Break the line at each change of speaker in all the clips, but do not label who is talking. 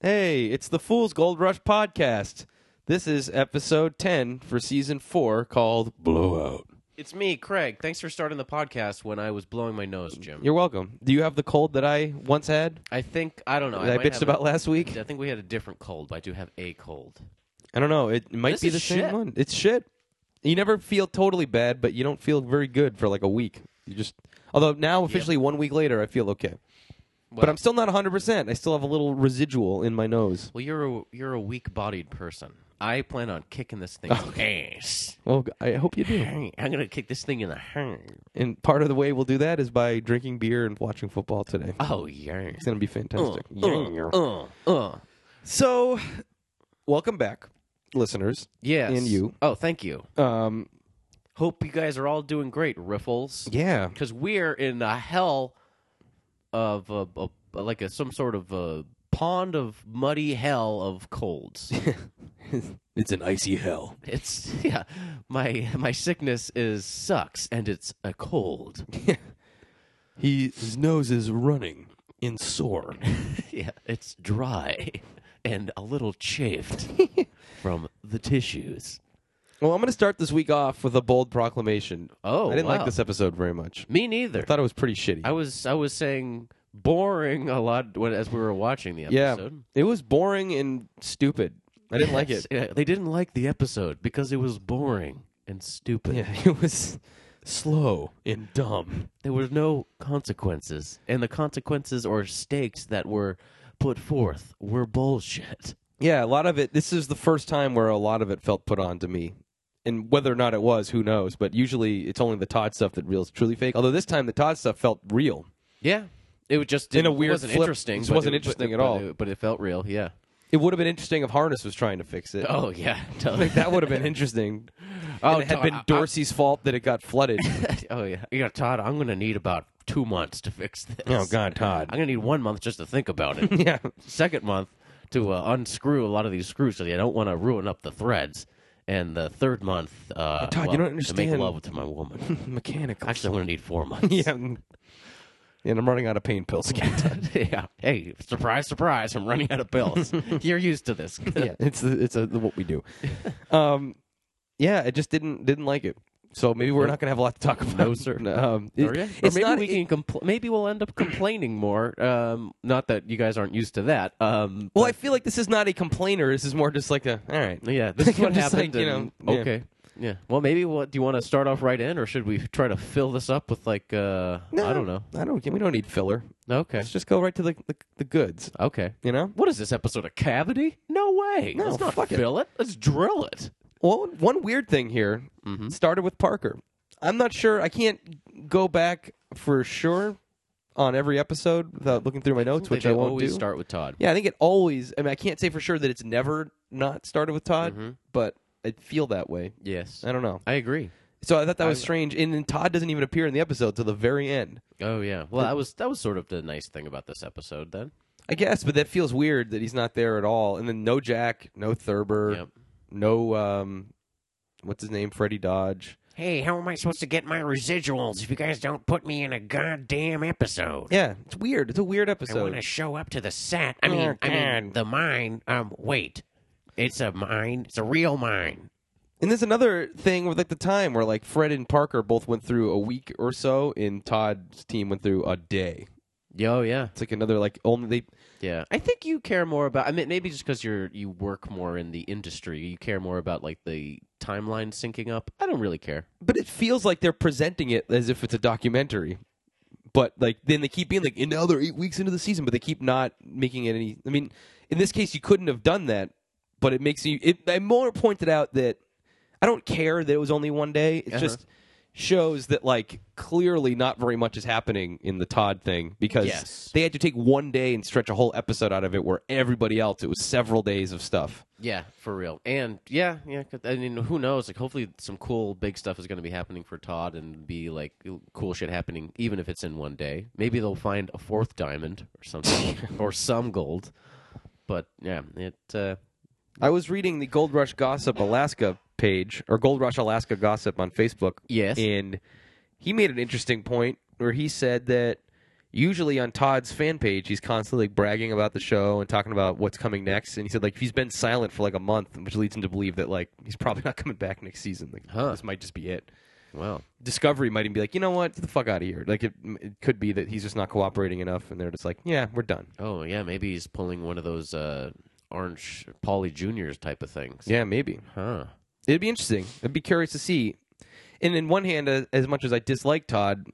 Hey, it's the Fool's Gold Rush podcast. This is episode 10 for season 4 called Blowout.
It's me, Craig. Thanks for starting the podcast when I was blowing my nose, Jim.
You're welcome. Do you have the cold that I once had?
I think Oh, I don't know.
that I,
might
bitched
have a-
about last week?
I think we had a different cold, but I do have a cold.
I don't know. It, it might
This
be
is
the same
shit.
one. It's shit. You never feel totally bad, but you don't feel very good for like a week. You just Although now officially 1 week later I feel okay.
Well-
But I'm still not 100%. I still have a little residual in my nose.
Well, you're a you're a weak-bodied person. I plan on kicking this thing's ass.
Well, g- I hope you do.
Hey, I'm gonna kick this thing in the head.
And part of the way we'll do that is by drinking beer and watching football today.
Oh yeah.
It's going to be fantastic. Yeah.
Uh, uh.
So, welcome back, listeners.
Yes.
And you.
Oh, thank you.
Um,
Hope you guys are all doing great, Riffles.
yeah,
because we're in a hell of a, a- like a some sort of a pond of muddy hell of colds.
it's an icy hell.
it's yeah, my my sickness is sucks, and it's a cold.
He, his nose is running and sore.
yeah, it's dry and a little chafed from the tissues.
well, I'm going to start this week off with a bold proclamation.
Oh,
I didn't
wow.
like this episode very much.
Me neither.
I thought it was pretty shitty.
I was I was saying boring a lot when, as we were watching the
yeah,
episode.
it was boring and stupid. I didn't like it.
Yeah, they didn't like the episode because it was boring and stupid.
Yeah, it was slow and dumb.
There were no consequences, and the consequences or stakes that were put forth were bullshit.
Yeah, a lot of it. This is the first time where a lot of it felt put on to me, and whether or not it was, who knows? But usually, it's only the Todd stuff that real is truly fake. Although this time, the Todd stuff felt real.
Yeah, it was just
In a
it
weird
wasn't
flip,
interesting.
this
but
wasn't
it-
interesting
but-
at
but
all.
it- but it felt real. Yeah.
It would have been interesting if Harness was trying to fix it.
Oh yeah.
Like that would have been interesting.
Oh,
and it had
Todd,
been
I-
Dorsey's fault that it got flooded.
oh yeah. Yeah, Todd. I'm gonna need about two months to fix this.
oh God, Todd.
I'm gonna need one month just to think about it.
yeah,
second month to uh, unscrew a lot of these screws so I don't want to ruin up the threads. And the third month, uh,
Todd, you
well,
don't
to
understand.
make love to my woman.
mechanical.
Actually, I'm going to need four months.
yeah, and and I'm running out of pain pills again.
yeah. Hey, surprise, surprise! I'm running out of pills. You're used to this.
yeah, it's it's a, what we do. Um, yeah, I just didn't didn't like it. So maybe we're not gonna have a lot to talk about. No, sir. Um, it-
Or, yeah. Or
it's
maybe
not.
we
it-
can compl- maybe we'll end up complaining more. Um, not that you guys aren't used to that. Um,
well, I feel like this is not a complainer. This is more just like a all right.
but, yeah, this is what
Just like,
happened.
you
and-
know, yeah.
Okay. Yeah. Well, maybe what do you want to start off right in, or should we try to fill this up with like uh, I don't know.
I don't. We don't need filler.
Okay.
Let's just go right to the the, the goods.
Okay.
You know.
What is this episode of Cavity? No way.
No,
Let's not
fuck it.
fill it. Let's drill it.
Well, one weird thing here
Mm-hmm.
started with Parker. I'm not sure. I can't go back for sure on every episode without looking through my notes, which
They
I won't
always
do.
start with Todd.
Yeah, I think it always. I mean, I can't say for sure that it's never not started with Todd,
Mm-hmm.
but I feel that way.
Yes.
I don't know.
I agree.
So I thought that was strange. And then Todd doesn't even appear in the episode till the very end,
Oh yeah. Well, that was that was sort of the nice thing about this episode then.
I guess. But that feels weird that he's not there at all. And then no Jack, no Thurber,
Yep.
no um, what's his name, Freddie Dodge.
Hey, how am I supposed to get my residuals if you guys don't put me in a goddamn episode?
Yeah, it's weird. It's a weird
I want
episode.
to show up to the set. I
Oh,
mean, I mean the mine. Um, wait, it's a mine. It's a real mine.
And there's another thing with like the time where like Fred and Parker both went through a week or so, and Todd's team went through a day.
Yo, yeah.
It's like another like only they
Yeah. I think you care more about I mean maybe just cuz you're you work more in the industry, you care more about like the timeline syncing up. I don't really care.
but it feels like they're presenting it as if it's a documentary. But like then they keep being like, and now they're eight weeks into the season, but they keep not making it any. I mean, in this case, you couldn't have done that, but it makes you. It, I more pointed out that I don't care that it was only one day. It just shows that like clearly not very much is happening in the Todd thing because
Yes.
they had to take one day and stretch a whole episode out of it, where everybody else it was several days of stuff.
Yeah, for real. And yeah, yeah. 'cause- I mean, who knows? Like, hopefully, some cool big stuff is going to be happening for Todd, and be like cool shit happening, even if it's in one day. Maybe they'll find a fourth diamond or something, or some gold. But yeah, it. Uh,
I was reading the Gold Rush Gossip Alaska page or Gold Rush Alaska Gossip on Facebook.
Yes.
And he made an interesting point where he said that usually on Todd's fan page, he's constantly like bragging about the show and talking about what's coming next. And he said like he's been silent for like a month, which leads him to believe that like he's probably not coming back next season. Like
Huh.
this might just be it.
Wow.
Discovery might even be like, you know what, get the fuck out of here. Like it, it could be that he's just not cooperating enough, and they're just like, yeah, we're done.
Oh yeah, maybe he's pulling one of those uh, Orange Paulie Juniors type of things.
Yeah, maybe.
Huh.
It'd be interesting. I'd be curious to see. And in one hand, uh, as much as I dislike Todd,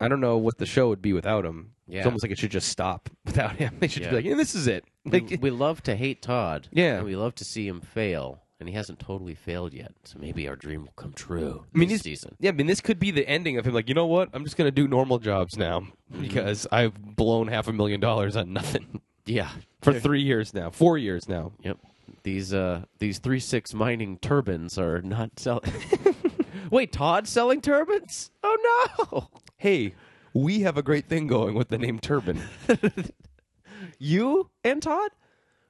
I don't know what the show would be without him.
Yeah.
It's almost like it should just stop without him. They should
Yeah.
be like, and this is it.
We,
Like,
we love to hate Todd.
Yeah.
And we love to see him fail, and he hasn't totally failed yet. So maybe our dream will come true.
I mean,
this
he's-
season.
yeah, I mean, this could be the ending of him. Like, you know what? I'm just going to do normal jobs now
Mm-hmm.
because I've blown half a million dollars on nothing
Yeah.
for three years now, four years now.
Yep. These uh these three six mining turbines are not selling. Wait, Todd's selling turbines? Oh no!
Hey, we have a great thing going with the name Turban.
You and Todd?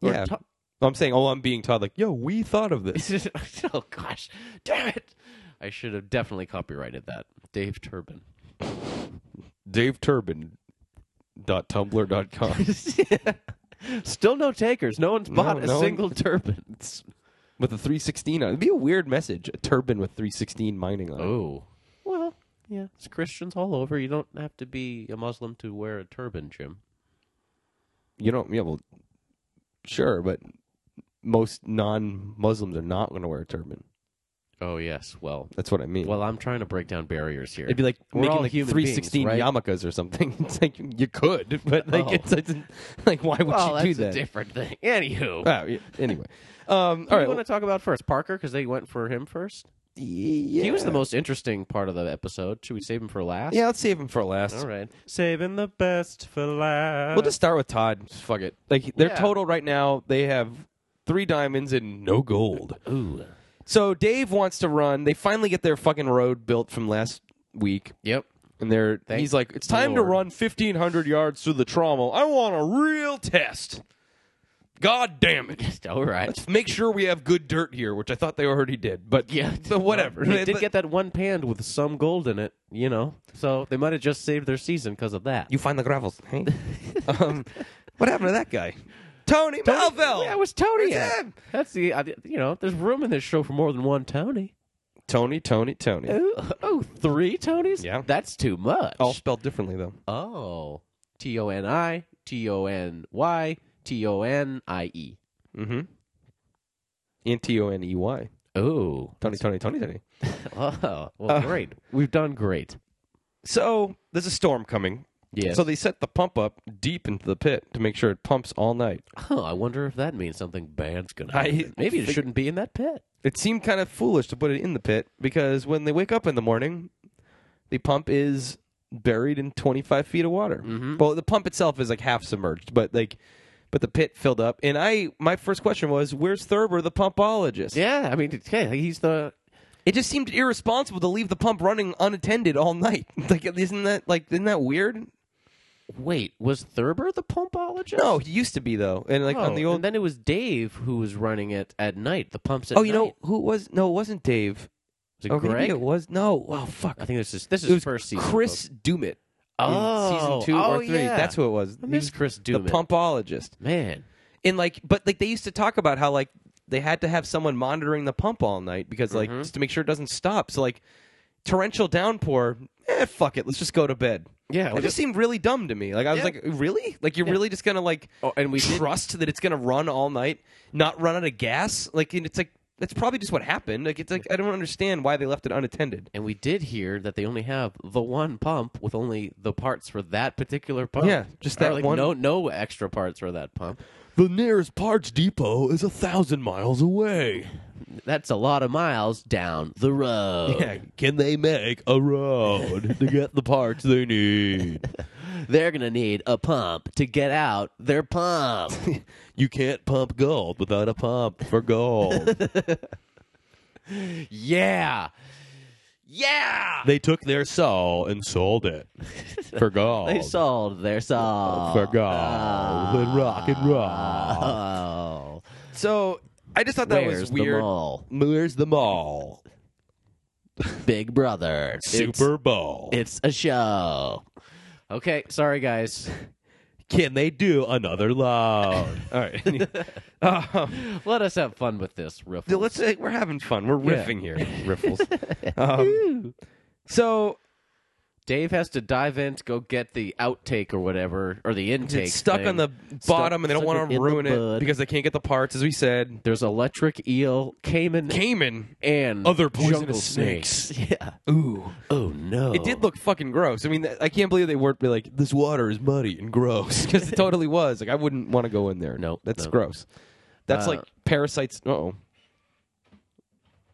Or
yeah.
Todd-
I'm saying, oh, I'm being Todd, like, yo, we thought of this.
oh gosh, damn it! I should have definitely copyrighted that. Dave Turbin.
Dave Turbin. Dot tumblr.com.
Still no takers. No one's bought a
no one-
single turbine. It's-
with a 316 on it. It'd be a weird message. A turban with 316 mining on it.
Oh. Well, yeah, it's Christians all over. You don't have to be a Muslim to wear a turban, Jim.
You don't, yeah, well, sure, but most non Muslims are not going to wear a turban.
Oh yes. Well,
That's what I mean.
well, I'm trying to break down barriers here.
It'd be like
We're all
making like
human
316
beings, right?
yarmulkes or something. It's like you could, but like
Oh.
it's, it's like why would
well,
you do
that's
that?
a different thing. Anywho,
Ah, yeah, anyway, um, all
Who
right.
you want to talk about first? Parker, because they went for him first.
well, yeah.
He was the most interesting part of the episode. Should we save him for last?
Yeah, let's save him for last.
All right. Saving the best for last.
We'll just start with Todd. Fuck it. Like their
Yeah.
total right now, they have three diamonds and no gold.
Ooh.
So Dave wants to run. They finally get their fucking road built from last week,
Yep.
and they're
Thank
he's like, "It's time to
Lord.
run 1,500 yards through the trommel. I want a real test. God damn it!
All right.
Let's make sure we have good dirt here, which I thought they already did, but
Yeah.
but whatever.
They did get that one panned with some gold in it, you know. So they might have just saved their season because of that.
you find the gravels. Hey, um, what happened to that guy? Tony, Melville.
Yeah, it was Tony.
It's
at?
him.
That's the I, you know. There's room in this show for more than one Tony.
Tony, Tony, Tony.
Oh, oh, three Tonys.
Yeah.
that's too much.
All spelled differently though.
Oh, T O N I T O N Y T O N I E.
Mm-hmm. N T O N E Y.
Oh,
Tony, Tony, Tony, Tony.
oh, well,
Uh,
great. We've done great.
So there's a storm coming.
Yeah.
So they set the pump up deep into the pit to make sure it pumps all night.
oh, I wonder if that means something bad's gonna
I-
happen. Maybe it
think-
shouldn't be in that pit.
It seemed kind of foolish to put it in the pit because when they wake up in the morning, the pump is buried in 25 feet of water. Well, the pump itself is like half submerged, but like, but the pit filled up. And I, my first question was, where's Thurber, the pumpologist?
Yeah, I mean, it's- yeah, he's the
It just seemed irresponsible to leave the pump running unattended all night. like, isn't that like, isn't that weird?
Wait, was Thurber the pumpologist?
No, he used to be though, and like
Oh,
on the old
and then it was Dave who was running it at night. The pumps at
Oh, you know
night.
who it was? No, it wasn't Dave.
was it
Oh,
Greg?
maybe it was. No. Oh, fuck.
I think this is this is
it was
first season. folks.
Chris Dumit.
Oh,
in season two
oh,
or three.
yeah.
That's who it was.
I
He
miss
was
Chris
the
Dumit.
pumpologist.
man.
And like, but like they used to talk about how like they had to have someone monitoring the pump all night because like
Mm-hmm.
just to make sure it doesn't stop. So like torrential downpour. Eh, fuck it. Let's just go to bed.
Yeah,
it
we
just seemed really dumb to me. Like I was
Yeah.
like, really? Like you're really just gonna like
Oh, and we did-
trust that it's gonna run all night, not run out of gas? Like and it's like that's probably just what happened. Like it's like I don't understand why they left it unattended.
And we did hear that they only have the one pump with only the parts for that particular pump.
Yeah, just
Or,
that
like,
one-
No, no extra parts for that pump.
The nearest parts depot is a thousand miles away.
That's a lot of miles down the road.
Can they make a road to get the parts they need?
They're gonna need a pump to get out their pump.
You can't pump gold without a pump for gold.
yeah, yeah.
they took their soul and sold it for gold.
They sold their Oh. soul
for gold and rock and roll.
Oh,
So I just thought that
where's
was
the
weird.
mall?
Where's the mall?
Big Brother. It's-
Super Bowl.
It's, a show. Okay, sorry guys.
Can they do another loud? All right. um,
Let us have fun with this, Riffle.
let's say we're having fun. We're
Yeah.
riffing here, riffles. Um, so
Dave has to dive in to go get the outtake or whatever, or the intake.
it's stuck
thing.
on the bottom, and they don't
stuck
want
it
to
in the
ruin it
bud.
because they can't get the parts, as we said.
There's electric eel, caiman,
Cayman.
and
Other poisonous
jungle snakes. Yeah.
Ooh.
Oh no.
It did look fucking gross. I mean, th- I can't believe they weren't be like, this water is muddy and gross because it totally was. Like, I wouldn't want to go in there.
No,
that's
no.
gross. That's
Uh,
like parasites. Oh,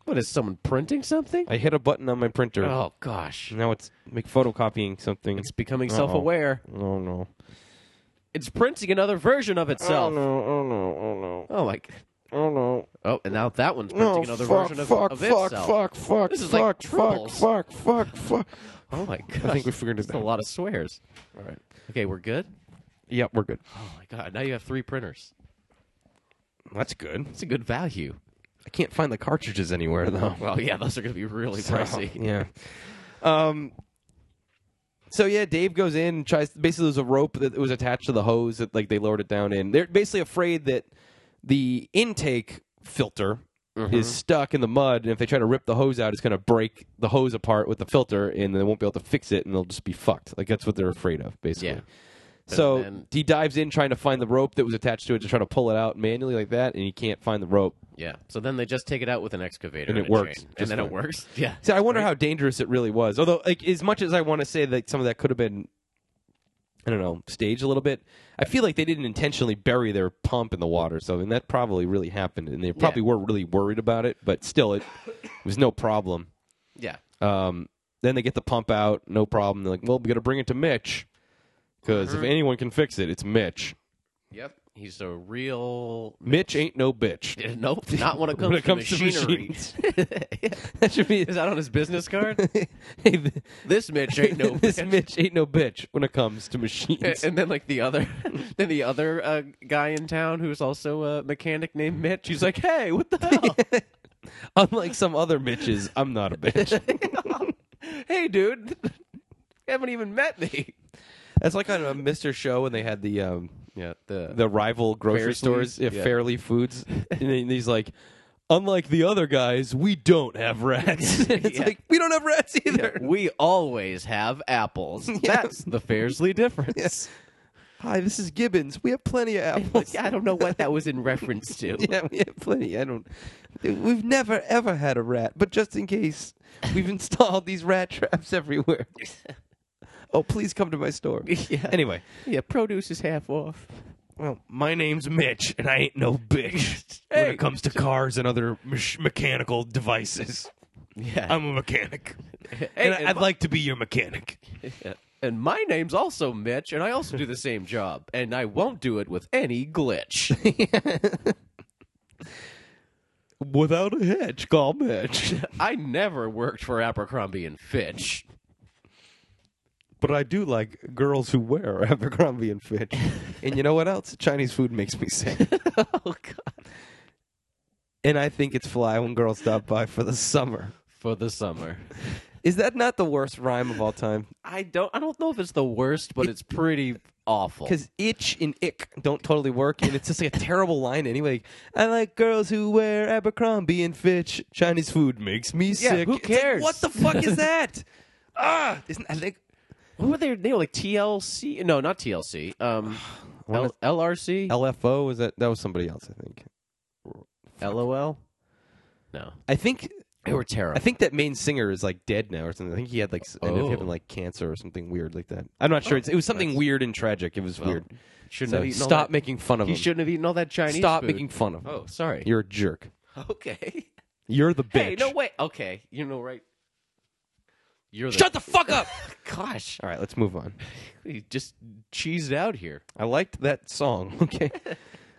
What is someone printing something?
I hit a button on my printer.
Oh gosh.
Now it's make photocopying something.
It's becoming
Uh-oh.
self-aware.
oh no.
It's printing another version of itself.
Oh no! Oh no! Oh no!
Oh like
Oh no!
oh, and now that one's printing
No!
another
fuck!
version of,
fuck!
of
fuck!
itself.
Fuck! Fuck!
This is like
fuck! fuck!
triples.
Fuck! Fuck! Fuck!
Oh my god.
I think we figured it
a
out.
lot of swears.
All right.
Okay, we're good?
Yep, we're good.
Oh my god. Now you have three printers.
That's good.
It's a good value.
I can't find the cartridges anywhere though.
Well, yeah, those are going to be really
So,
pricey.
Yeah. Um. So yeah, Dave goes in and tries. Basically, there's a rope that was attached to the hose that like they lowered it down in. They're basically afraid that the intake filter
Mm-hmm.
is stuck in the mud, and if they try to rip the hose out, it's going to break the hose apart with the filter, and they won't be able to fix it, and they'll just be fucked. Like that's what they're afraid of, basically.
Yeah.
So
And then-
he dives in trying to find the rope that was attached to it to try to pull it out manually like that, and he can't find the rope.
Yeah. So then they just take it out with an excavator
And it
a
works.
chain.
Just
And then
fine.
it works. Yeah.
See, I wonder how dangerous it really was. Although, like, as much as I want to say that some of that could have been, I don't know, staged a little bit, I feel like they didn't intentionally bury their pump in the water. So, and that probably really happened, and they probably were really worried about it. But still, it, it was no problem.
Yeah.
Um, then they get the pump out, no problem. They're like, well, we got to bring it to Mitch because if anyone can fix it, it's Mitch.
Yep. He's a real
Mitch ain't no bitch.
Nope, not when it comes,
When it comes
to
to
machinery.
That should be.
Is that on his business card?
hey, th-
this Mitch ain't no
this
bitch.
Mitch ain't no bitch when it comes to machines.
And then like the other, then the other uh, guy in town who's also a mechanic named Mitch. He's like, hey, what the hell?
Unlike some other Mitches, I'm not a bitch.
hey, dude, you haven't even met me.
That's like on a Mister Show when they had the um,
Yeah, the,
the rival grocery
Fairsleys?
stores, yeah,
Yeah.
Fairly Foods, and then he's like, unlike the other guys, we don't have rats. it's
Yeah.
like we don't have rats either.
we always have apples. That's the Fairsley difference.
Yes. Hi, this is Gibbons. We have plenty of apples.
Like, I don't know what that was in reference to.
yeah, we have plenty. I don't. We've never ever had a rat, but just in case, we've installed these rat traps everywhere. oh, please come to my store.
Yeah.
Anyway.
Yeah, produce is half off.
Well, my name's Mitch, and I ain't no bitch when
Hey.
it comes to cars and other mech- mechanical devices.
Yeah.
I'm a mechanic, and, I-
and
I'd
my-
like to be your mechanic.
And my name's also Mitch, and I also do the same job, and I won't do it with any glitch.
Without a hitch, call Mitch.
I never worked for Abercrombie and Fitch.
but I do like girls who wear Abercrombie and Fitch. and you know what else? Chinese food makes me sick.
oh God!
and I think it's fly when girls stop by for the summer.
For the summer,
Is that not the worst rhyme of all time?
I don't. I don't know if it's the worst, but it's pretty awful.
because itch and ick don't totally work, and it's just like a terrible line anyway. I like girls who wear Abercrombie and Fitch. Chinese food makes me sick.
who
It's like,
cares?
what the fuck is that? Ah, isn't I think
What were they? They were like TLC. No, not TLC. Um, L- LRC.
LFO was that? That was somebody else, I think.
LOL. No,
I think
they were terrible.
I think that main singer is like dead now or something. I think he had like s- ended up
Oh.
having like cancer or something weird like that. I'm not sure. It's, it was something weird and tragic. It was weird.
shouldn't
So
have eaten all
stop
that-
making fun of
He
him.
shouldn't have eaten all that Chinese.
stop
food.
making fun of him.
Oh, sorry.
You're a jerk.
okay.
You're the bitch.
Hey, no way. Okay, you know right. You're the
Shut the fuck up.
gosh.
All right, let's move on.
You just cheesed out here.
I liked that song. Okay.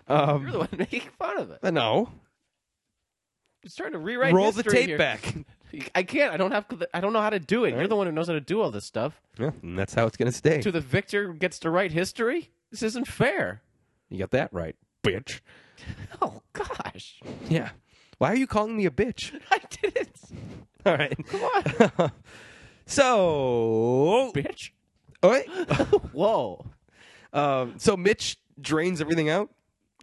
You're
Um,
the one making fun of it.
uh, no.
Just trying to rewrite.
Roll the
history
tape
here.
back.
I can't. I don't have. I don't know how to do it. You're the one who knows how to do all this stuff.
Yeah, and that's how it's going to stay.
To the victor gets to write history. This isn't fair.
You got that right, bitch.
Oh gosh,
Yeah. Why are you calling me a bitch?
I did it,
All right. Come on. so, oh,
bitch.
All right.
Whoa.
Um, so Mitch drains everything out.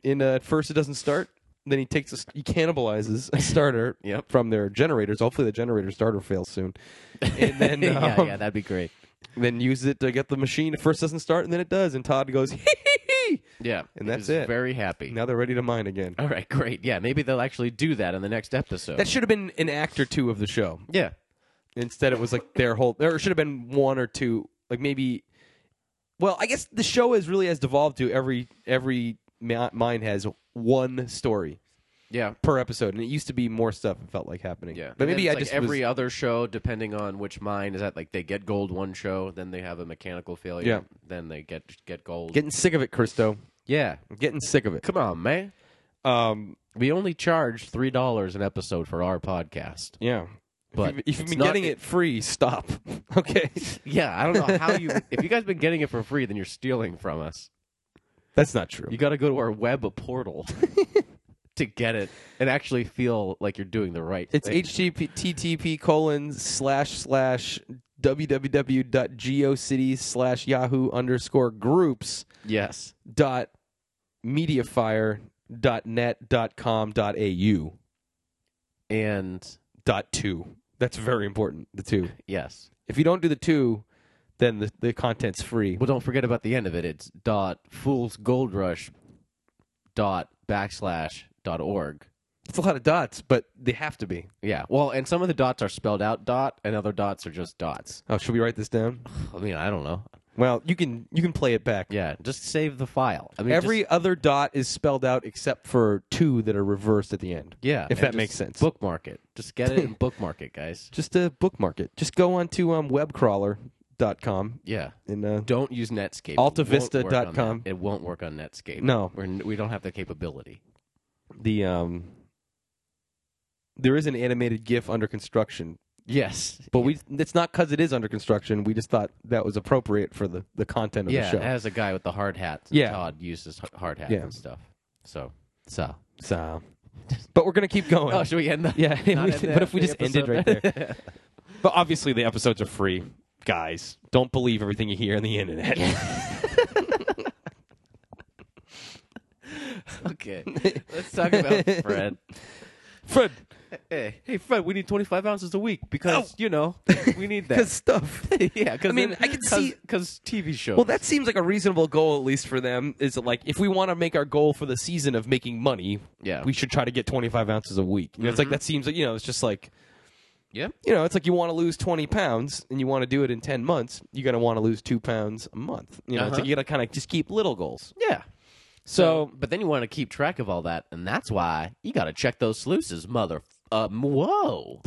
And uh, at first, it doesn't start. Then he takes a, st- he cannibalizes a starter
Yep.
from their generators. Hopefully, the generator starter fails soon. And then
yeah,
um,
yeah, that'd be great.
then uses it to get the machine. At first, doesn't start, and then it does. And Todd goes, "Hee-hee-hee."
Yeah,
And that's
He's
it.
Very happy.
now they're ready to mine again.
All right, great. Yeah, maybe they'll actually do that in the next episode.
That should have been an act or two of the show.
yeah,
Instead, it was like their whole. There should have been one or two, like maybe. Well, I guess the show is really has devolved to every every ma- mine has one story
yeah,
per episode, and it used to be more stuff. It felt like happening.
yeah.
but
And
maybe
then
I
it's like
just
every uh,
was-
other show, depending on which mine is that. Like they get gold one show, then they have a mechanical failure.
Yeah.
then they get get gold.
getting sick of it, Christo.
yeah,
I'm getting sick of it.
come on, man.
Um,
We only charge three dollars an episode for our podcast.
yeah.
But
if, you've- if you've
it's
been
not-
getting it free, stop. okay,
Yeah, I don't know how you. if you guys been getting it for free, then you're stealing from us.
that's not true.
You got to go to our web portal to get it and actually feel like you're doing the right.
It's
thing.
http colon slash slash www.geocities slash yahoo underscore groups
yes.
dot mediafire dot net dot com dot au
And
dot two. That's very important. The two.
yes.
If you don't do the two, then the, the content's free.
Well, don't forget about the end of it. It's dot fools gold rush dot backslash dot org.
It's a lot of dots, but they have to be.
Yeah. Well, and some of the dots are spelled out dot, and other dots are just dots.
Oh, should we write this down?
I mean, I don't know.
Well, you can you can play it back.
Yeah. Just save the file. I mean,
Every
just-
other dot is spelled out except for two that are reversed at the end.
yeah. and
if that
just
makes sense.
Bookmark it. Just get it and bookmark it, guys.
Just uh, bookmark it. Just go on to um, webcrawler.com
Yeah.
and uh,
Don't use Netscape. It
AltaVista
won't work on
.com.
that. It won't work on Netscape.
No.
We're, n- we don't have the capability.
the um, there is an animated GIF under construction,
Yes.
but we it's not because it is under construction. We just thought that was appropriate for the, the content of
yeah,
the
it
show.
has a guy with the hard hat.
Yeah.
Todd uses h- hard hats
Yeah.
and stuff. So, so.
So, but we're gonna keep going.
Oh, should we end the?
yeah, we-
not end the-
what if we
the
just ended
episode?
right there? but obviously, the episodes are free, guys. Don't believe everything you hear on the internet.
okay, let's talk about Fred.
Fred,
Hey, hey, Fred, we need twenty five ounces a week because you know we need
good
that.
stuff.
yeah, because
Oh. I mean, I can see-
because TV shows.
Well, that seems like a reasonable goal, at least for them. Is like if we want to make our goal for the season of making money,
Yeah. Mm-hmm.
we should try to get 25 ounces a week. You know, It's like that seems like you know, it's just like
yeah,
you know, it's like you want to lose 20 pounds and you want to do it in 10 months. You're gonna want to lose two pounds a month. You know, it's
Uh-huh.
like you gotta kind of just keep little goals.
yeah. So,
So,
but then you want to keep track of all that, and that's why you got to check those sluices, mother. Um, whoa,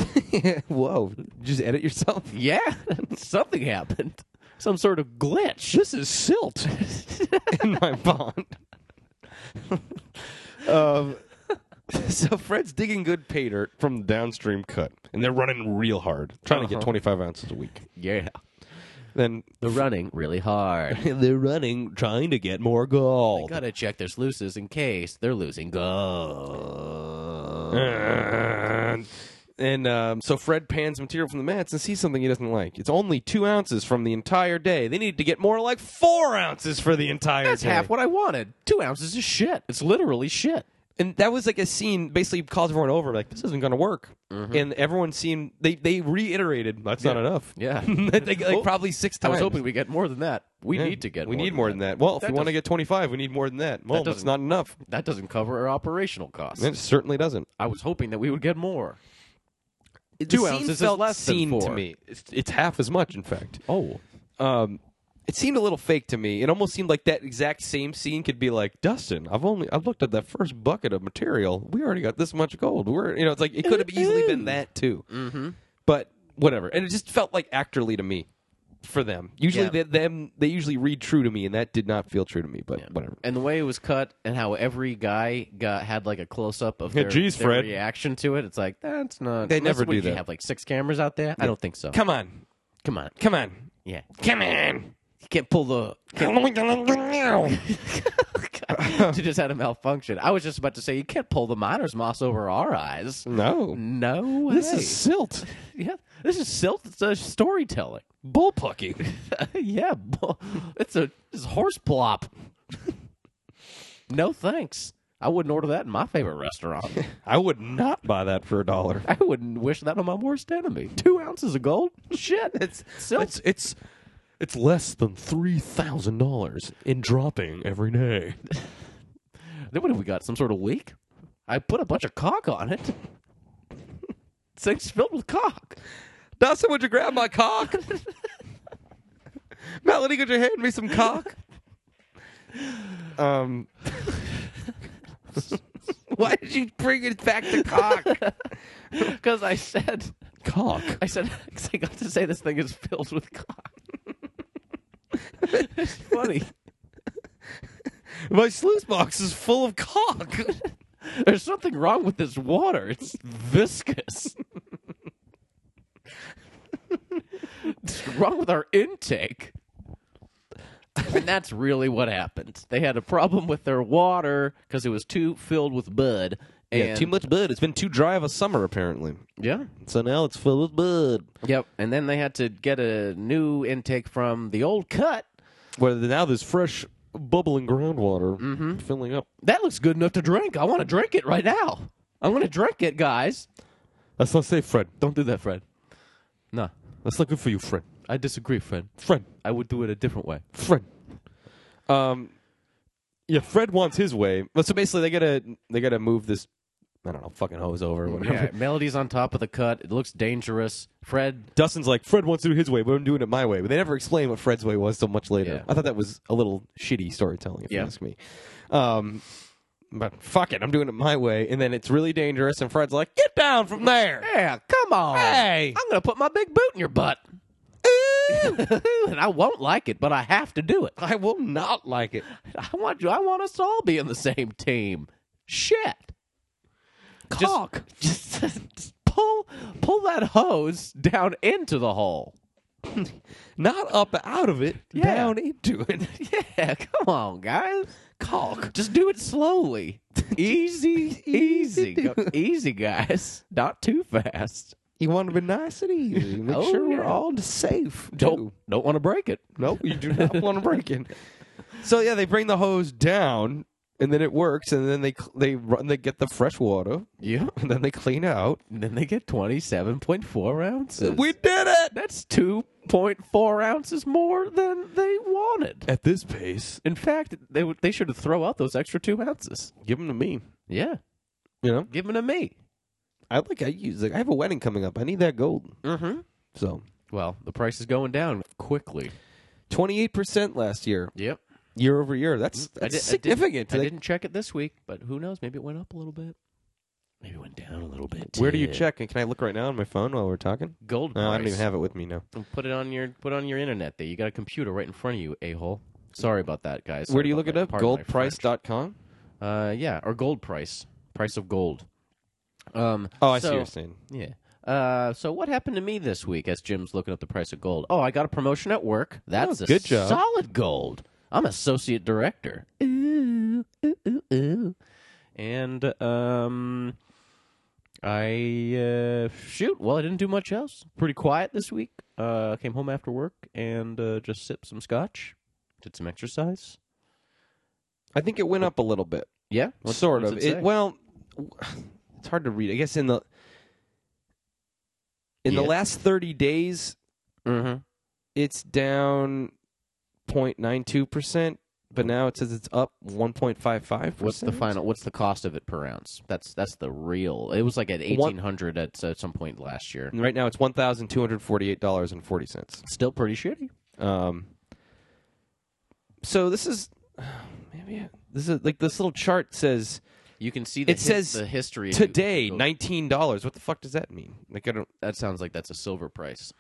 whoa, just edit yourself.
yeah, something happened, some sort of glitch.
This is silt in my pond. um, so Fred's digging good pay dirt from the downstream cut, and they're running real hard, trying to get 25 ounces a week.
Yeah,
Then
they're running really hard.
they're running, trying to get more gold.
Gotta check their sluices in case they're losing gold.
Oh And, and, um, so Fred pans material from the mats and sees something he doesn't like. It's only two ounces from the entire day. They need to get more like four ounces for the entire
That's
day.
half what I wanted. Two ounces is shit. It's literally shit.
and that was like a scene basically calls everyone over like this isn't going to work and everyone seemed they they reiterated that's not enough
Mm-hmm. Yeah.
Like- like
Oh,
probably six
I
times
was hoping we get more than that. We
Yeah.
need to get.
we
more
need
than
more than that, well if
That
we want to
doesn't-
get 25 we need more than that well that's
doesn't-
not enough
That doesn't cover our operational costs.
it certainly doesn't
I was hoping that we would get more.
The
Two
scene
ounces is
felt
less than
seen to
four.
me it's, it's half as much in fact
Oh,
um it seemed a little fake to me. It almost seemed like that exact same scene could be like, Dustin, I've only I've looked at that first bucket of material. We already got this much gold. We're you know, it's like it could have easily been that too. Mm-hmm. But whatever. And it just felt like actorly to me for them. Usually
Yeah.
they them they usually read true to me, and that did not feel true to me, but whatever.
and the way it was cut, and how every guy got had like a close up of
Yeah,
their,
geez,
their
Fred.
reaction to it. It's like that's not.
They
unless-
never
what
do
did you
that.
Have like six cameras out there. I don't think so.
Come on.
come on.
Come on.
Yeah,
Come on.
you can't pull the.
Come on.
to just had a malfunction. I was just about to say you can't pull the miner's moss over our eyes.
No.
No way.
This is silt.
yeah. This is silk. It's uh, storytelling.
Bullpucky.
yeah, bull- it's a it's a horse plop. no thanks. I wouldn't order that in my favorite restaurant.
I would not buy that for a dollar.
I wouldn't wish that on my worst enemy. Two ounces of gold? Shit, it's silk.
It's it's it's less than three thousand dollars in dropping every day.
Then what have we got? Some sort of leak? I put a bunch of cock on it. This thing's filled with cock.
Dawson, would you grab my cock? Melody, could you hand me some cock? Um, why did you bring it back to cock?
Because I said,
Cock.
I said, 'cause I got to say this thing is filled with cock. it's funny.
My sluice box is full of cock.
There's something wrong with this water. It's viscous. What's wrong with our intake? And that's really what happened. They had a problem with their water because it was too filled with bud. And
Yeah, too much bud. It's been too dry of a summer, apparently.
Yeah.
So now it's filled with bud.
Yep. And then they had to get a new intake from the old cut.
Where now there's fresh, bubbling groundwater
Mm-hmm.
filling up.
That looks good enough to drink. I want to drink it right now. I'm going to drink it, guys.
That's not safe, Fred.
Don't do that, Fred. No,
That's not good for you, Fred.
I disagree, Fred.
Fred.
I would do it a different way.
Fred. Um, yeah, Fred wants his way. Well, So basically, they gotta they gotta move this. I don't know, fucking hose over or whatever.
Yeah, Melody's on top of the cut. It looks dangerous. Fred,
Dustin's like, Fred wants to do his way, but I'm doing it my way. But they never explain what Fred's way was so much later.
Yeah.
I thought that was a little shitty storytelling, if you
Yeah.
ask me. Um, but fuck it, I'm doing it my way. And then it's really dangerous, and Fred's like, get down from there.
yeah, come on.
Hey.
I'm going to put my big boot in your butt. and I won't like it, but I have to do it.
I will not like it.
I want you. I want us to all be in the same team. Shit. Cock. Just, just pull pull that hose down into the hole.
Not up out of it,
Yeah.
down into it.
Yeah, come on, guys. Cock. Just do it slowly. easy, easy, go- easy, guys. Not too fast.
You want to be nice and easy. Make
Oh,
sure we're
yeah.
all safe.
Don't don't want to break it.
Nope, you do not want to break it. So yeah, they bring the hose down, and then it works, and then they cl- they run, they get the fresh water,
Yeah.
and then they clean out.
And then they get twenty seven point four ounces.
We did it
That's two point four ounces more than they wanted.
at this pace.
In fact, they would- they should throw out those extra two ounces.
Give them to me.
Yeah,
You know,
give them to me.
I like I use like I have a wedding coming up. I need that gold.
Mm-hmm.
So
Well, the price is going down quickly.
twenty eight percent last year,
Yep,
year over year. That's, that's significant.
I,
Like,
didn't check it this week, but who knows? Maybe it went up a little bit. Maybe it went down a little bit.
where do you check? And can I look right now on my phone while we're talking?
Gold
No,
price.
Oh, I don't even have it with me now.
Put it on your put it on your internet. There, you got a computer right in front of you, a hole. Sorry about that, guys.
Where
Sorry
do you
about
look it
my-
up?
pardon my French.
Goldprice.com?
Uh, yeah, or gold price, price of gold. Um.
Oh, I see
so-
what you're saying.
Yeah. Uh, so what happened to me this week as Jim's looking up the price of gold? Oh, I got a promotion at work. That's a
Oh, good job.
solid gold. I'm associate director. Ooh, ooh, ooh, ooh. And um, I uh, shoot. Well, I didn't do much else. Pretty quiet this week. Uh, I came home after work and uh, just sipped some scotch, did some exercise.
I think it went up a little bit.
Yeah, What's-
sort
what's
of.
It, say?
It, well, it's hard to read. I guess in the in the
Yeah.
last 30 days,
Mhm.
it's down 0.92%, but now it says it's up 1.55%.
What's the final? What's the cost of it per ounce? That's that's the real. It was like at eighteen hundred at, at some point last year.
And right now it's $1,248.40.
Still pretty shitty.
Um So this is maybe this is like this little chart says
You can see the
It
hi-
says
the history of-
today
of-
$19. What the fuck does that mean? Like I don't
that sounds like that's a silver price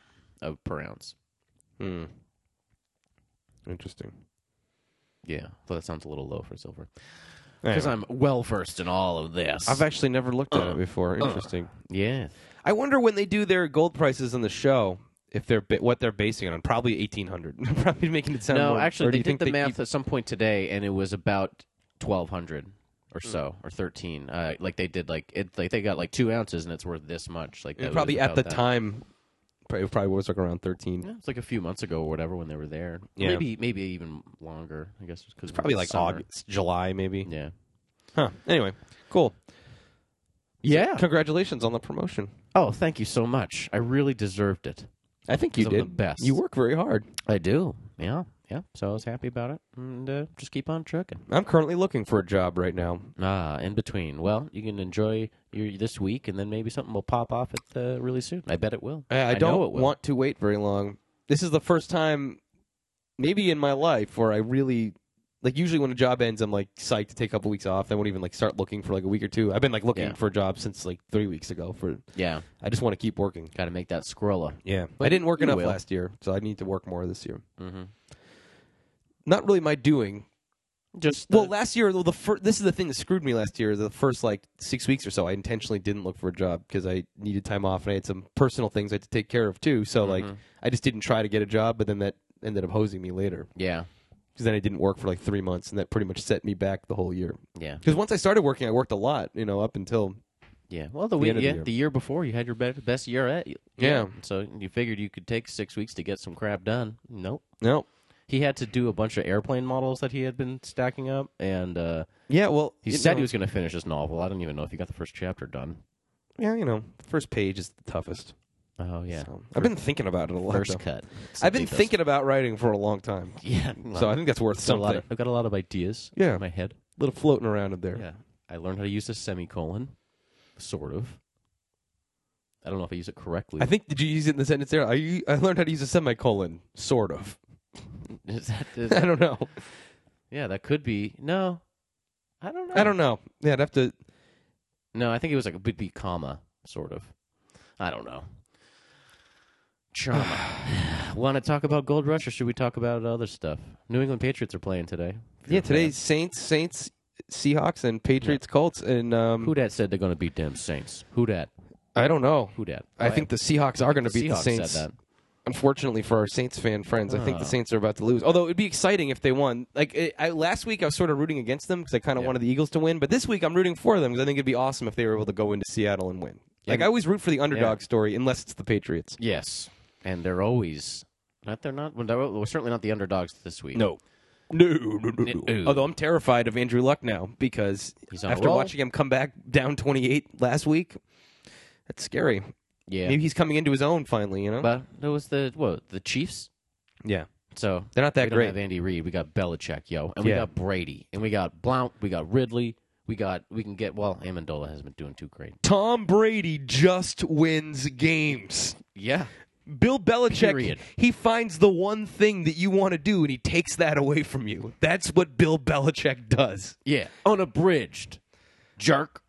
of per ounce.
hmm. Interesting.
Yeah, so that sounds a little low for silver.
Anyway.
Because I'm well versed in all of this.
I've Uh, actually never looked at it before. Interesting.
yeah,
I wonder when they do their gold prices on the show if they're ba- what they're basing it on. Probably eighteen hundred. Probably making it sound
no,
more-
actually,
or do
they
you
did
think
the math
keep-
at some point today, and it was about twelve hundred or so or thirteen. Uh, like they did like it like they got like two ounces and it's worth this much. Like that
And
was
probably at
about
the
that.
time, probably, probably was like around thirteen.
Yeah, it's like a few months ago or whatever when they were there.
Yeah.
Maybe maybe even longer. I guess because
Probably like August, July, maybe.
Yeah.
Huh. Anyway, cool.
Yeah.
Congratulations on the promotion.
Oh, thank you so much. I really deserved it.
I think you
Some of
did
the best.
You work very hard.
I do. Yeah. Yeah. So I was happy about it, and uh, just keep on trucking.
I'm currently looking for a job right now.
Ah, in between. Well, you can enjoy your this week, and then maybe something will pop off at the really soon. I bet it will.
I, I
know
don't
it will.
want to wait very long. This is the first time, maybe in my life, where I really like. Usually, when a job ends, I'm like psyched to take a couple weeks off. I won't even like start looking for like a week or two. I've been like looking
Yeah.
for a job since like three weeks ago. For
Yeah,
I just want to keep working.
got to make that squirrela.
Yeah, I didn't work
you
enough
will.
last year, so I need to work more this year.
Mm-hmm.
Not really my doing.
Just
well, last year, the fir- this is the thing that screwed me last year. The first like six weeks or so, I intentionally didn't look for a job because I needed time off and I had some personal things I had to take care of too. So like, I just didn't try to get a job, but then that ended up hosing me later
yeah,
because then I didn't work for like three months, and that pretty much set me back the whole year.
yeah,
Because once I started working, I worked a lot, you know, up until
yeah. Well, the,
The
week,
end of the
yeah,
year.
the year before you had your be- best year at. Yeah.
Yeah.
So you figured you could take six weeks to get some crap done. Nope.
no,
He had to do a bunch of airplane models that he had been stacking up, and uh,
yeah, well,
he
you
said
know,
he was going to finish his novel. I don't even know if he got the first chapter done.
yeah, you know, first page is the toughest.
Oh yeah,
So, I've been thinking about it a lot.
first
though.
cut.
I've been
Ridiculous.
thinking about writing for a long time,
Yeah.
so I think that's worth
Got a lot
something.
of- I've got a lot of ideas
Yeah.
in my head.
little floating around in there.
Yeah. I learned how to use a semicolon, sort of. I don't know if I use it correctly.
I think did you use it in the sentence there? I I learned how to use a semicolon, sort of.
is that, is
I
that-
don't know.
yeah, that could be. No. I don't know.
I don't know. Yeah, I'd have to.
No, I think it was like a would be comma, sort of. I don't know. Trauma. Want to talk about Gold Rush or should we talk about other stuff? New England Patriots are playing today.
Yeah, today's Saints, Saints, Seahawks, and Patriots, Colts, and um,
Who dat said they're going to beat them Saints? Who dat?
I don't know.
Who dat?
I think the Seahawks are going to beat the
Seahawks
Saints.
Said that.
Unfortunately for our Saints fan friends, I think the
Oh.
Saints are about to lose. Although it'd be exciting if they won. Like it, I, last week, I was sort of rooting against them because I kind of
Yeah.
wanted the Eagles to win. But this week, I'm rooting for them because I think it'd be awesome if they were able to go into Seattle and win. Like I always root for the underdog story unless it's the Patriots.
Yes, and they're always not. They're not. Well, they're- well, certainly not the underdogs this week.
No, no, no,
No.
Although I'm terrified of Andrew Luck now because
He's on a
after
roll.
watching him come back down 28 last week, that's scary.
Yeah,
Maybe he's coming into his own finally. You know?
but there was the what the Chiefs.
yeah,
So
they're not
we
that
don't
great.
have Andy Reid. We got Belichick, yo, and
Yeah.
we got Brady, and we got Blount. We got Ridley. We got. We can get. Well, Amendola has been doing too great.
Tom Brady just wins games.
Yeah,
Bill Belichick,
Period.
he finds the one thing that you want to do and he takes that away from you. That's what Bill Belichick does.
yeah, unabridged, jerk.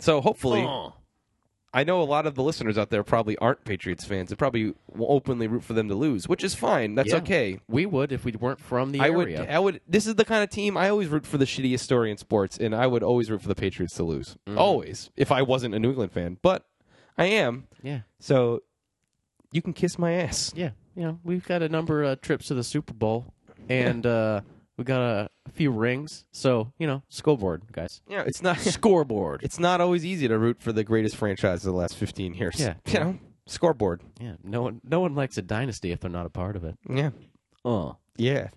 So hopefully,
Oh.
I know a lot of the listeners out there probably aren't Patriots fans and probably will openly root for them to lose, which is fine. That's
Yeah.
okay.
We would if we weren't from the
I would,
area.
I would. This is the kind of team I always root for the shittiest story in sports, and I would always root for the Patriots to lose. Always, if I wasn't a New England fan, but I am.
yeah,
So you can kiss my ass.
yeah. You know, we've got a number of trips to the Super Bowl, and uh, we got a, a few rings. So you know, scoreboard, guys.
Yeah, it's not.
scoreboard.
It's not always easy to root for the greatest franchise of the last 15 years.
Yeah.
You know, scoreboard.
yeah, no one, no one likes a dynasty if they're not a part of it.
Yeah.
Oh,
Yeah.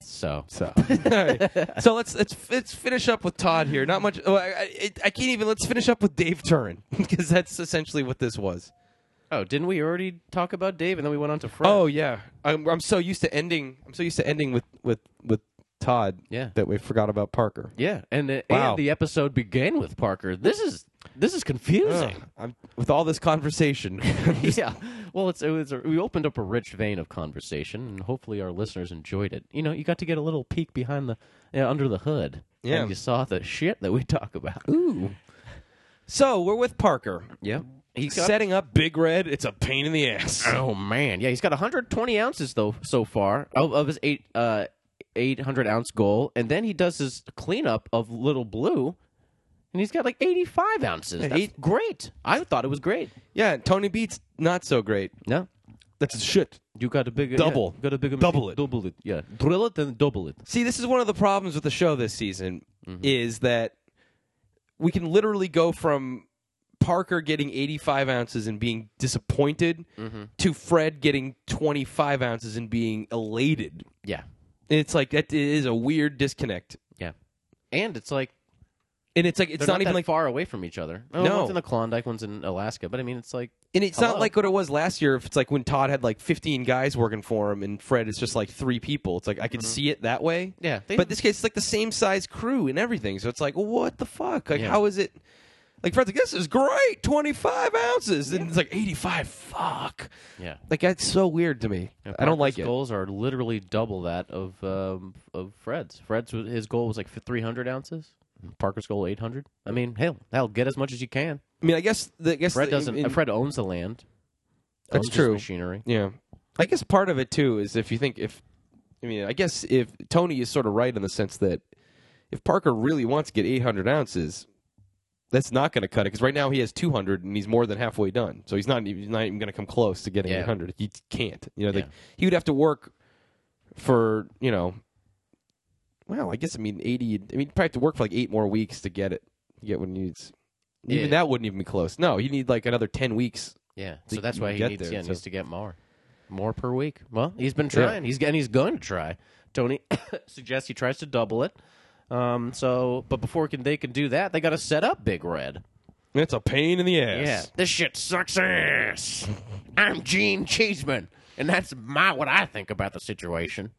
so
So, All right. so let's let's let's finish up with Todd here. Not much. Oh, I, I, it- I can't even. Let's finish up with Dave Turin because that's essentially what this was.
oh, didn't we already talk about Dave and then we went on to Fred?
Oh yeah, I'm I'm so used to ending. I'm so used to ending with with with Todd.
Yeah.
That we forgot about Parker.
yeah, and the,
Wow.
and the episode began with Parker. This is this is confusing.
Ugh, I'm, with all this conversation,
yeah, well, it's it was a, we opened up a rich vein of conversation, and hopefully our listeners enjoyed it. You know, you got to get a little peek behind the you know, under the hood.
Yeah.
and you saw the shit that we talk about.
ooh. So we're with Parker.
Yep. He got
Setting up Big Red, it's a pain in the ass.
Oh man, yeah, he's got 120 ounces though so far of, of his eight uh 800 ounce goal, and then he does his cleanup of Little Blue, and he's got like 85 ounces. That's
eight-
great. I thought it was great.
Yeah, Tony Beats not so great.
No,
That's shit.
You got a big
Double.
yeah, got a big
Double it.
double it, yeah. Drill it and double it.
See, this is one of the problems with the show this season is that we can literally go from Parker getting 85 ounces and being disappointed to Fred getting 25 ounces and being elated.
Yeah,
And it's like that is a weird disconnect.
yeah. And it's like
And it's like it's
they're
not,
not,
even
that
like
far away from each other. Oh,
No.
one's in the Klondike, one's in Alaska, but I mean, it's like
and it's not
Hello.
like what it was last year if it's like when Todd had like 15 guys working for him and Fred is just like three people. It's like I could see it that way.
Mm-hmm. yeah. They,
But this case, it's like the same size crew and everything. So it's like, what the fuck? Like,
Yeah.
how is it? Like, Fred's like, this is great, 25 ounces. And it's like, 85, fuck.
yeah.
Like, that's so weird to me.
Yeah,
I don't like
Parker's Goals are literally double that of um, of Fred's. Fred's was- his goal was like three hundred ounces. Parker's goal eight hundred. I mean, hell, hell, get as much as you can.
it. I mean, I guess, the, I guess
Fred
the-
doesn't.
in-
Fred owns the land.
That's
owns his
true.
Machinery.
yeah. I guess part of it, too, is if you think, if, I mean, I guess if Tony is sort of right in the sense that if Parker really wants to get 800 ounces, that's not going to cut it because right now he has 200 and he's more than halfway done. So he's not even, he's not even going to come close to getting
Yeah.
800. He can't. You know, like
Yeah.
he would have to work for you know. Well, I guess I mean 80. I mean, you'd probably have to work for like eight more weeks to get it. To get what he needs. Even
Yeah.
that wouldn't even be close. No, you need like another 10 weeks.
Yeah.
They
So that's why he
get
needs,
there,
yeah,
so-
needs to get more, more per week. Well, he's been
Yeah.
trying. He's and he's going to try. Tony suggests he tries to double it. Um. So, but before can they can do that, they got to set up Big Red.
It's a pain in the
Yeah.
ass.
This shit sucks ass.
I'm Gene Cheeseman, and that's my what I think about the situation.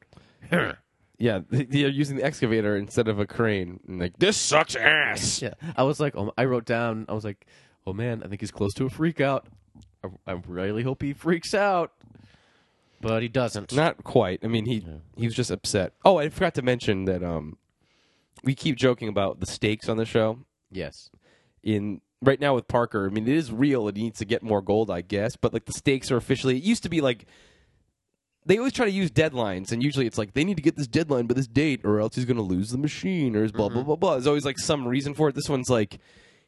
Huh.
Yeah, yeah. They're using the excavator instead of a crane. And like this sucks ass.
Yeah. I was like, oh, I wrote down, I was like, oh man, I think he's close to a freak out. I, I really hope he freaks out. But he doesn't.
Not quite. I mean, he he was just upset. Oh, I forgot to mention that um, we keep joking about the stakes on the show.
Yes.
In right now with Parker, I mean, it is real. and he needs to get more gold, I guess. But like the stakes are officially. It used to be like they always try to use deadlines, and usually it's like they need to get this deadline by this date, or else he's going to lose the machine, or his blah blah
Mm-hmm.
blah blah. There's always like some reason for it. This one's like.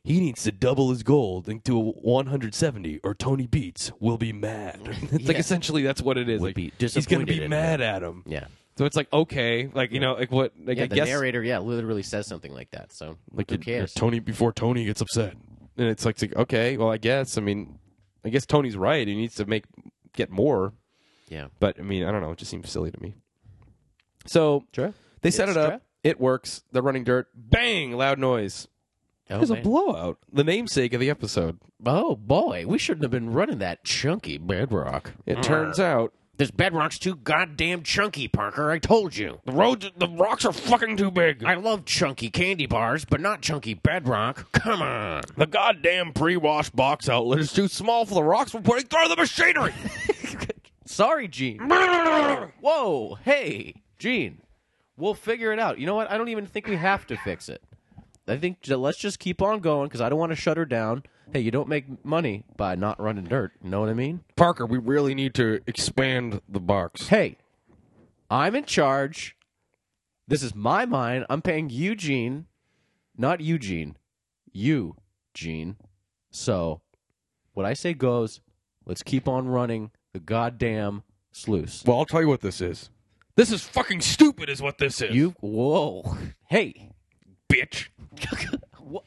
He needs to double his gold and do a 170, or Tony Beats will be mad. it's like
Yeah.
essentially that's what it is.
Would
like,
be
he's gonna
disappointed
be
in
mad at him.
Yeah.
So it's like okay, like you know, like what? Like
Yeah,
I
the
guess
narrator, yeah, literally says something like that. So
like
who
it-
cares?
Tony before Tony gets upset, and it's like, it's like, okay, well I guess I mean, I guess Tony's right. He needs to make get more,
yeah.
but I mean I don't know. It just seems silly to me. So
Sure.
they set
It's
it up.
true.
It works. They're running dirt. Bang! Loud noise.
Oh,
There's a
man.
blowout. The namesake of the episode.
oh boy, we shouldn't have been running that chunky bedrock.
It turns out
This bedrock's too goddamn chunky, Parker. I told you.
the road, the rocks are fucking too big.
I love chunky candy bars, but not chunky bedrock. Come on.
The goddamn pre-wash box outlet is too small for the rocks we're putting through the machinery.
Sorry, Gene. Whoa, hey, Gene. We'll figure it out. You know what? I don't even think we have to fix it. I think j- let's just keep on going because I don't want to shut her down. Hey, you don't make money by not running dirt. You know what I mean?
Parker, we really need to expand the box.
Hey, I'm in charge. This is my mine. I'm paying you, Gene, not Eugene. You, Gene. So, what I say goes. Let's keep on running the goddamn sluice.
Well, I'll tell you what this is. This is fucking stupid, is what this is.
You whoa, hey,
bitch.
what?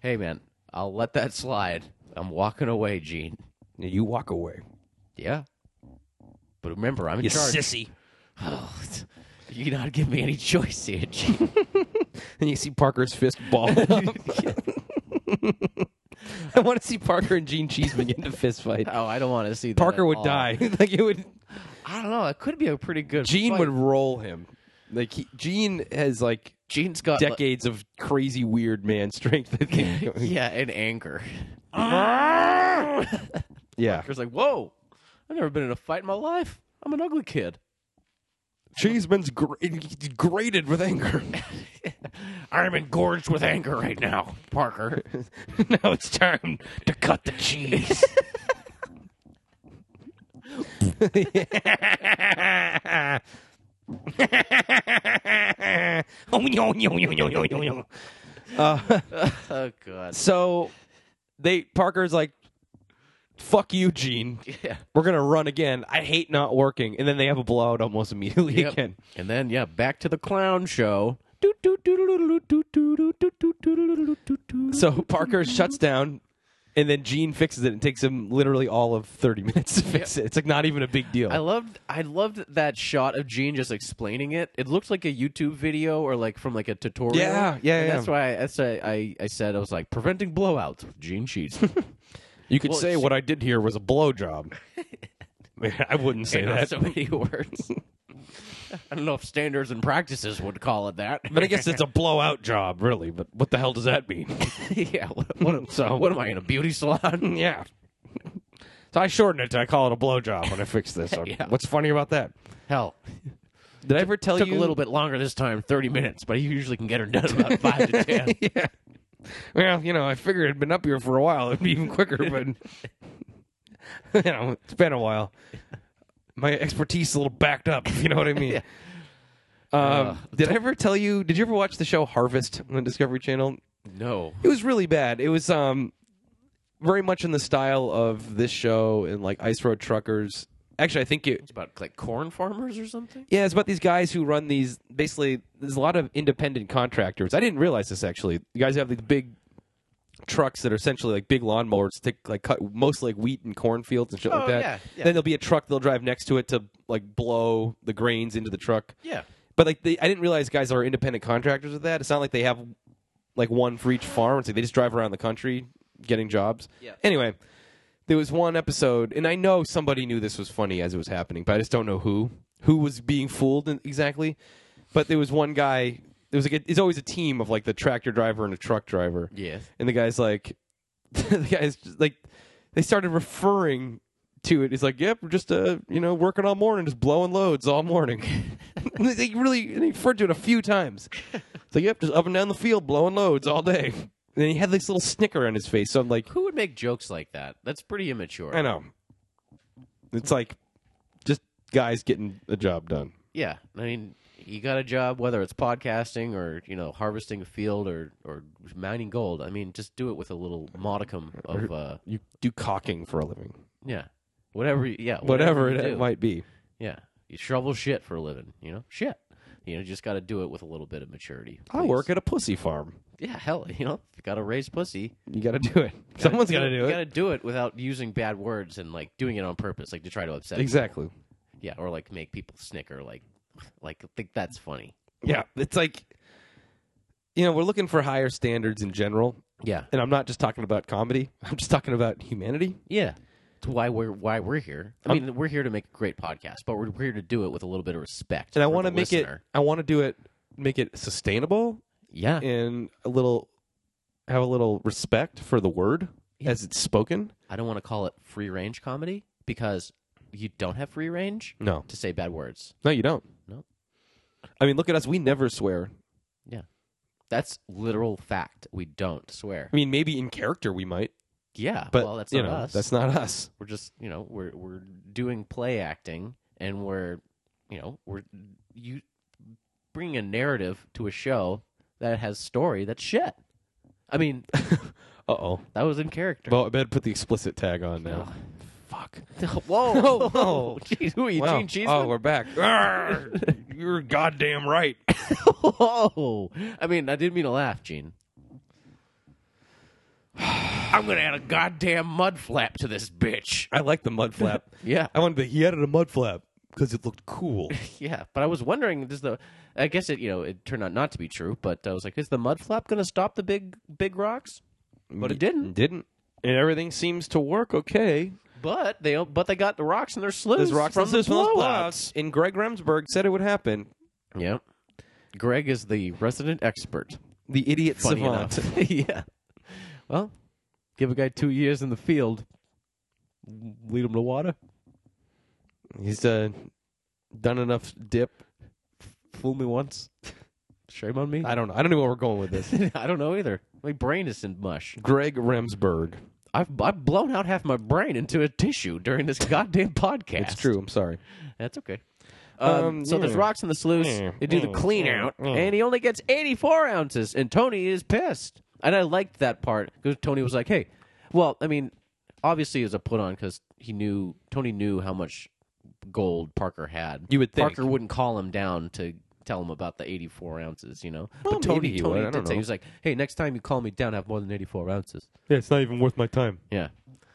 Hey, man, I'll let that slide. I'm walking away, Gene.
You walk away.
Yeah, but remember, I'm in
You
charge.
sissy.
Oh, you not give me any choice here, Gene.
And you see Parker's fist ball. I want to see Parker and Gene Cheeseman get in a fist fight.
oh, I don't want to see that.
Parker
at
would
all.
die. like it would.
I don't know. It could be a pretty good.
Gene
fight.
would roll him. Like he, Gene has like
Gene's
Uh,
got like-
decades of crazy weird man strength. I think.
yeah, and anger.
yeah.
Parker's like, whoa, I've never been in a fight in my life. I'm an ugly kid.
Cheeseman's gr- grated with anger.
I'm engorged with anger right now, Parker.
now it's time to cut the cheese.
Oh God.
Oh,
Oh,
so they Parker's like fuck you, Gene.
Yeah.
We're gonna run again. I hate not working. And then they have a blowout almost immediately
Yep.
again.
And then yeah, back to the clown show.
So Parker shuts down, and then Gene fixes it. It takes him literally all of thirty minutes to fix it. It's like not even a big deal.
I loved I loved that shot of Gene just explaining it. It looked like a YouTube video or like from like a tutorial.
Yeah, yeah,
And
yeah.
That's why that's why I, I said I was like preventing blowouts with Gene Sheets.
you could
well,
say
she-
what I did here was a blowjob. Man, I wouldn't say
In
that.
so many words. I don't know if standards and practices would call it that.
but I guess it's a blowout job, really. But what the hell does that mean?
yeah. What, what am-
So-
what am I in a beauty salon?
yeah. So I shorten it. to I call it a blowjob when I fix this.
Yeah.
What's funny about that?
Hell,
Did I ever tell
took
you
a little bit longer this time, thirty minutes, but you usually can get her done about five to ten.
yeah. Well, you know, I figured it'd been up here for a while. It'd be even quicker, but you know, it's been a while. My expertise is a little backed up, if you know what I mean. Um,
Ugh.
did I ever tell you? Did you ever watch the show Harvest on the Discovery Channel?
No.
It was really bad. It was um very much in the style of this show and like Ice Road Truckers. Actually, I think it
It's about like corn farmers or something.
yeah, it's about these guys who run these. Basically, there's a lot of independent contractors. I didn't realize this actually. You guys have these big trucks that are essentially like big lawnmowers, to like cut mostly like wheat and cornfields and shit
Oh,
like that.
yeah, yeah.
Then there'll be a truck they'll drive next to it to like blow the grains into the truck.
Yeah.
But like, they, I didn't realize guys are independent contractors with that. It's not like they have like one for each farm. It's like they just drive around the country getting jobs.
Yeah.
Anyway, there was one episode, and I know somebody knew this was funny as it was happening, but I just don't know who who was being fooled in- exactly. But there was one guy. There was like a, it's always a team of like the tractor driver and a truck driver.
Yes.
And the guy's like, the guy's just like, they started referring to it. He's like, yep, we're just, uh, you know, working all morning, just blowing loads all morning. And they really and he referred to it a few times. It's like, yep, just up and down the field, blowing loads all day. And he had this little snicker on his face. So I'm like,
Who would make jokes like that? That's pretty immature.
I know. It's like just guys getting the job done.
yeah. I mean, you got a job, whether it's podcasting or you know harvesting a field or or mining gold. I mean, just do it with a little modicum of uh,
You do cocking for a living,
yeah, whatever. you- Yeah,
whatever,
you
it
do.
might be.
Yeah, you shovel shit for a living. You know, shit. You know, just got to do it with a little bit of maturity.
I
please.
work at a pussy farm.
Yeah, hell, you know, got to raise pussy.
You got to do it. Someone's got to do
You
it.
got to do it without using bad words and like doing it on purpose, like to try to upset. people.
Exactly.
Yeah, or like make people snicker, like like think that's funny.
Yeah, it's like you know, we're looking for higher standards in general,
Yeah,
and I'm not just talking about comedy. I'm just talking about humanity.
yeah. It's why we're why we're here. I mean, we're here to make a great podcast, but we're here to do it with a little bit of respect.
And I
want to
make
listener.
it I want to do it make it sustainable
Yeah,
and a little have a little respect for the word as it's spoken.
I don't want to call it free range comedy because you don't have free range
No.
to say bad words.
No, you don't.
No.
I mean, look at us. We never swear.
That's literal fact. We don't swear.
I mean, maybe in character we might,
Yeah,
but
well, that's
you
not
know,
us.
that's not us.
we're just you know we're we're doing play acting and we're you know we're you bringing a narrative to a show that has story that's shit i mean
Uh oh.
that was in character
Well, I better put the explicit tag on now. Fuck.
whoa
Whoa,
whoa,
whoa.
Jeez, who are you
Wow.
gene
Oh,
cheeseman
we're back. Arrgh. You're goddamn right.
whoa i mean i didn't mean to laugh gene i'm gonna add a goddamn mud flap to this bitch
I like the mud flap.
yeah
I wanted to. He added a mud flap because it looked cool.
Yeah, but I was wondering, does the I guess it you know it turned out not to be true, but I was like, is the mud flap going to stop the big big rocks? But it didn't.
Didn't. And everything seems to work okay.
But they but they got the rocks in their sloughs
There's rocks
from
and
the
those
blowouts.
blowouts. And Greg Remsburg said it would happen.
Yeah, Greg is the resident expert.
The idiot
Funny
savant.
enough. yeah. Well, give a guy two years in the field, lead him to water,
He's uh, done enough dip.
fool me once, shame on me.
I don't know. I don't know where we're going with this.
I don't know either. My brain is in mush.
Greg Remsburg.
I've I've blown out half my brain into a tissue during this goddamn podcast.
It's true. I'm sorry.
That's okay. Um,
Um,
so there's
yeah.
rocks in the sluice. They do the clean out, and he only gets 84 ounces. And Tony is pissed. And I liked that part because Tony was like, "Hey, well, I mean, obviously it was a put on because he knew Tony knew how much gold Parker had.
You would think.
Parker wouldn't call him down to tell him about the 84 ounces, you know.
Well,
but Tony,
maybe he
Tony
would, I
did
don't
say
know.
he was like, "Hey, next time you call me down, have more than 84 ounces."
Yeah, it's not even worth my time.
Yeah,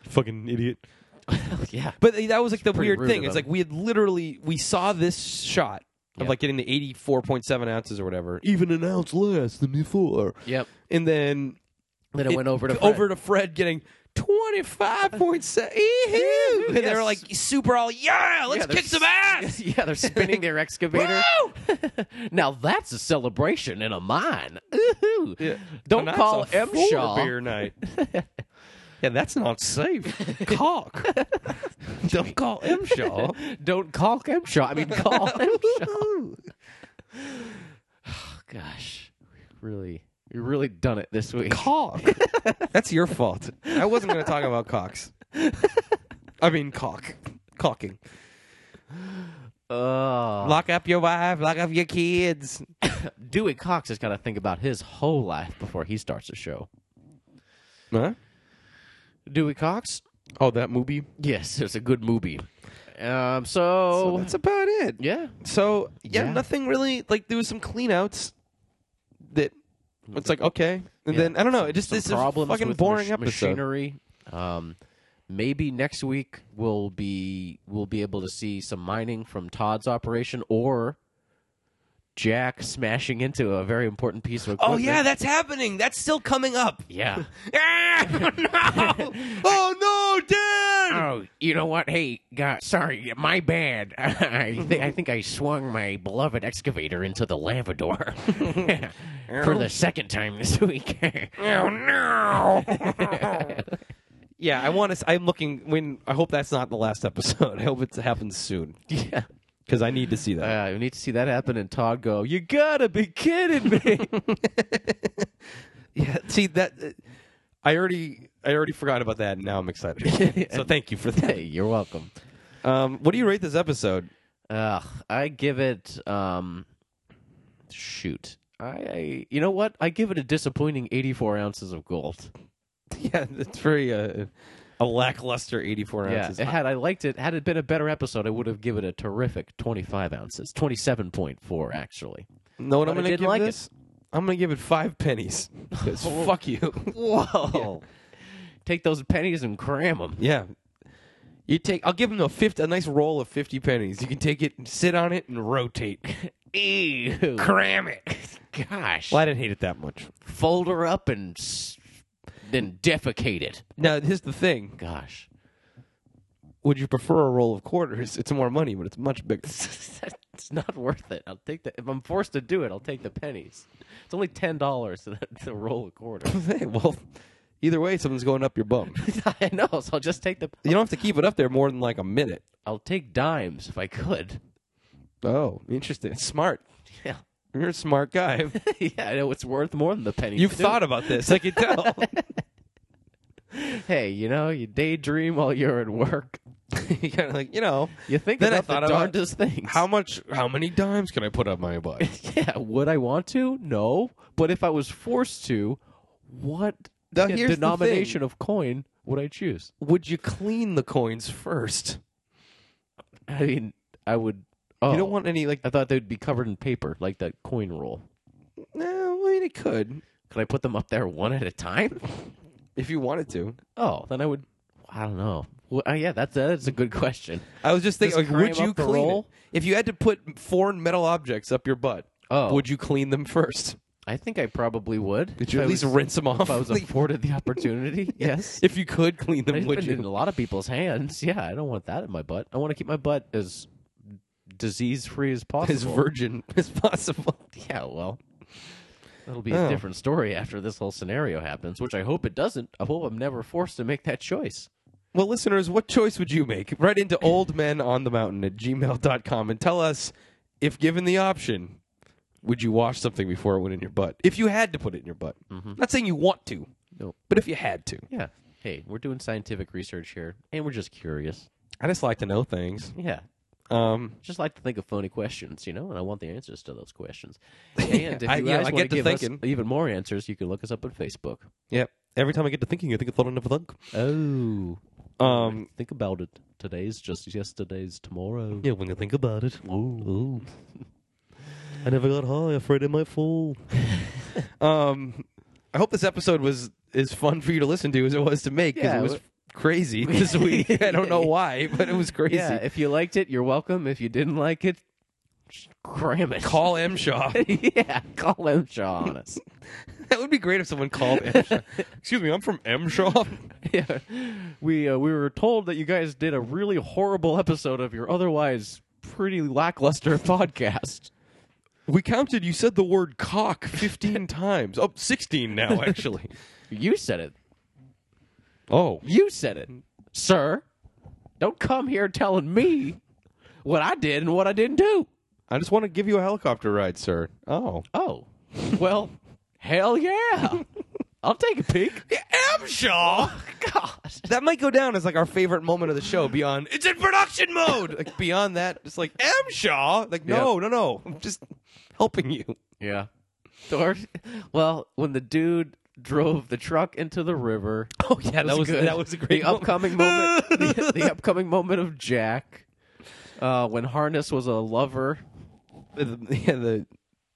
Fucking idiot.
yeah.
But that was like the
pretty
weird
rude
thing.
of
It's
him.
like we had literally we saw this shot of
Yeah.
like getting the eighty four point seven ounces or whatever, even an ounce less than before,
Yep.
and then
Then it,
it-
went over to
over to Fred getting. 25.7 and they were like super all yeah let's kick some ass
yeah, they're spinning their excavator. now that's a celebration in a mine. Ooh-hoo. Don't
Tonight's
call
a
M
four
Shaw.
beer night yeah that's not safe cock don't call M Shaw
Don't call M Shaw. I mean, call M Shaw. Gosh, really, you really done it this week.
cock. That's your fault. I wasn't going to talk about cocks. I mean, cock. Cocking.
Oh,
Lock up your wife, lock up your kids.
Dewey Cox has got to think about his whole life before he starts a show.
Huh?
Dewey Cox?
Oh, that movie?
Yes, it's a good movie. Um, so,
So that's about it.
yeah,
So, Oh. yeah,
Yeah.
nothing really. Like, there was some cleanouts that it's like, okay. And
Yeah.
then, I don't know. It just,
some
it's a
problems
fucking
with
boring
mach-
episode.
machinery. Um, maybe next week we'll be we'll be able to see some mining from Todd's operation or Jack smashing into a very important piece of
Oh,
equipment.
yeah, that's happening. That's still coming up.
yeah.
Ah, no! oh, no, Dad!
Oh, you know what? Hey, God, sorry, my bad. I, th- I think I swung my beloved excavator into the lavador for the second time this week. oh no!
Yeah, I want to. I'm looking. When I hope that's not the last episode. I hope it happens soon
yeah.
because I need to see that.
Uh, we need to see that happen and Todd go, You gotta be kidding me.
yeah, see that. uh, I already, I already forgot about that, and now I'm excited. so thank you for that.
hey, you're welcome.
Um, what do you rate this episode?
Ugh, I give it um shoot. I, I you know what? I give it a disappointing eighty four ounces of gold.
Yeah, it's very uh, a lackluster 84
Yeah.
ounces.
it had I liked it, had it been a better episode, I would have given it a terrific twenty five ounces. Twenty seven point four actually.
no, what
but
I'm
I
going to
didn't
give
like it.
this? I'm going to give it five pennies. 'Cause fuck you.
Whoa. Take those pennies and cram them.
Yeah. You take. I'll give him a fifth, a nice roll of fifty pennies. You can take it, and sit on it, and rotate.
Ew.
Cram it! Gosh,
Well, I didn't hate it that much.
Fold her up and s- then defecate it.
Now, here's the thing.
Gosh.
would you prefer a roll of quarters? It's more money, but it's much bigger.
it's not worth it. I'll take the if I'm forced to do it, I'll take the pennies. It's only ten dollars to, to roll a quarter.
hey, well, either way, something's going up your bum.
I know, so I'll just take the
You don't have to keep it up there more than like a minute.
I'll take dimes if I could.
Oh, interesting. Smart.
Yeah.
You're a smart guy.
yeah, I know it's worth more than the pennies.
You've
too.
thought about this. I can tell.
Hey, you know, you daydream while you're at work.
you kind of like, you know,
You think
Then I
about
thought
the
about
darndest things.
how much, how many dimes can I put up my butt?
yeah, would I want to? No. But if I was forced to, what
Now, here's the
denomination of coin would I choose?
Would you clean the coins first?
I mean, I would. Oh,
You don't want any like,
I thought they'd be covered in paper, like that coin roll.
no, I mean, it could
Could I put them up there one at a time?
if you wanted to.
Oh, then I would. I don't know. Well, uh, yeah, that's that's a good question.
I was just thinking,
Just
like, would
cram
you
up the
clean it?
roll?
if you had to put foreign metal objects up your butt?
Oh.
would you clean them first?
I think I probably would.
Did
if
you
I
at least
was,
rinse them off?
if I was
Like,
afforded the opportunity? yes.
if you could clean them,
It's
would
been in a
you?
lot of people's hands. Yeah, I don't want that in my butt. I want to keep my butt as disease free as possible.
As virgin as possible.
yeah, well. That'll be
Oh.
a different story after this whole scenario happens, which I hope it doesn't. I hope I'm never forced to make that choice.
Well, listeners, what choice would you make? Write into oldmenonthemountain at gmail.com and tell us if given the option, would you wash something before it went in your butt? If you had to put it in your butt. Not saying you want to,
Mm-hmm. Nope.
but if you had to.
Yeah. Hey, we're doing scientific research here, and we're just curious.
I just like to know things.
Yeah.
Um,
Just like to think of phony questions, you know, and I want the answers to those questions. And if
I-
you
yeah,
guys
I
want
get
to
to
give us
thinking.
even more answers, you can look us up on Facebook.
yep. Every time I get to thinking, I think it's a lot of thunk.
Oh.
Um,
Think about it. Today's just yesterday's tomorrow.
yeah, when you think about it,
Ooh.
I never got high. Afraid I might fall. um, I hope this episode was as fun for you to listen to as it was to make because
Yeah,
it was
w-
crazy this week. I don't know why, but it was crazy.
Yeah, if you liked it, you're welcome. If you didn't like it, just cram it.
Call M. Shaw.
yeah, call M. Shaw on us.
that would be great if someone called M. Shaw. Excuse me, I'm from M. Shaw.
yeah. We uh, we were told that you guys did a really horrible episode of your otherwise pretty lackluster podcast.
We counted. You said the word cock 15 times. Oh, 16 now, actually.
You said it.
Oh.
You said it. Sir, don't come here telling me what I did and what I didn't do.
I just want to give you a helicopter ride, sir. Oh.
Oh. Well, hell yeah. I'll take a peek.
M. Shaw!
God.
That might go down as like our favorite moment of the show beyond it's in production mode. Like beyond that, it's like M Shaw. Like no, no, no. I'm just helping you.
Yeah. Or, well, when the dude drove the truck into the river.
Oh yeah, that was
good.
that was a
the
great
upcoming moment. the, the upcoming moment of Jack, uh, when Harness was a lover.
moment. yeah, the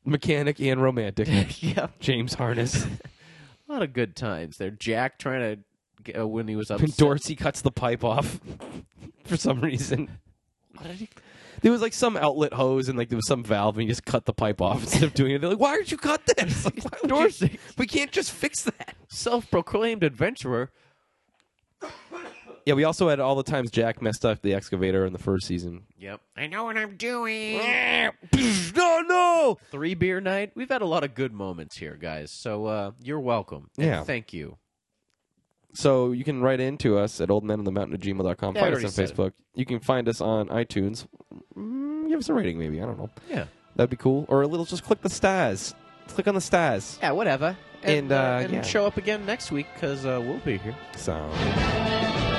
mechanic and romantic
yeah,
James Harness.
a lot of good times there. Jack trying to get, uh, when he was up.
Dorsey cuts the pipe off for some reason. There was like some outlet hose and like there was some valve and he just cut the pipe off instead of doing it. They're like, "Why did you cut this?" Like, why would you-
Dorsey.
we can't just fix that.
Self-proclaimed adventurer.
Yeah, we also had all the times Jack messed up the excavator in the first season.
Yep.
I know what I'm doing.
no, no.
Three beer night. We've had a lot of good moments here, guys. So uh, you're welcome. And
Yeah.
thank you.
So you can write into us at oldmenonthemountain at gmail.com.
Yeah, I
Find us
already
on
said it.
Facebook. You can find us on iTunes. Mm, give us a rating, maybe. I don't know.
Yeah.
That'd be cool. Or a little, just click the stars. Click on the stars.
Yeah. Whatever.
And, uh,
and
yeah.
show up again next week because uh, we'll be here.
So.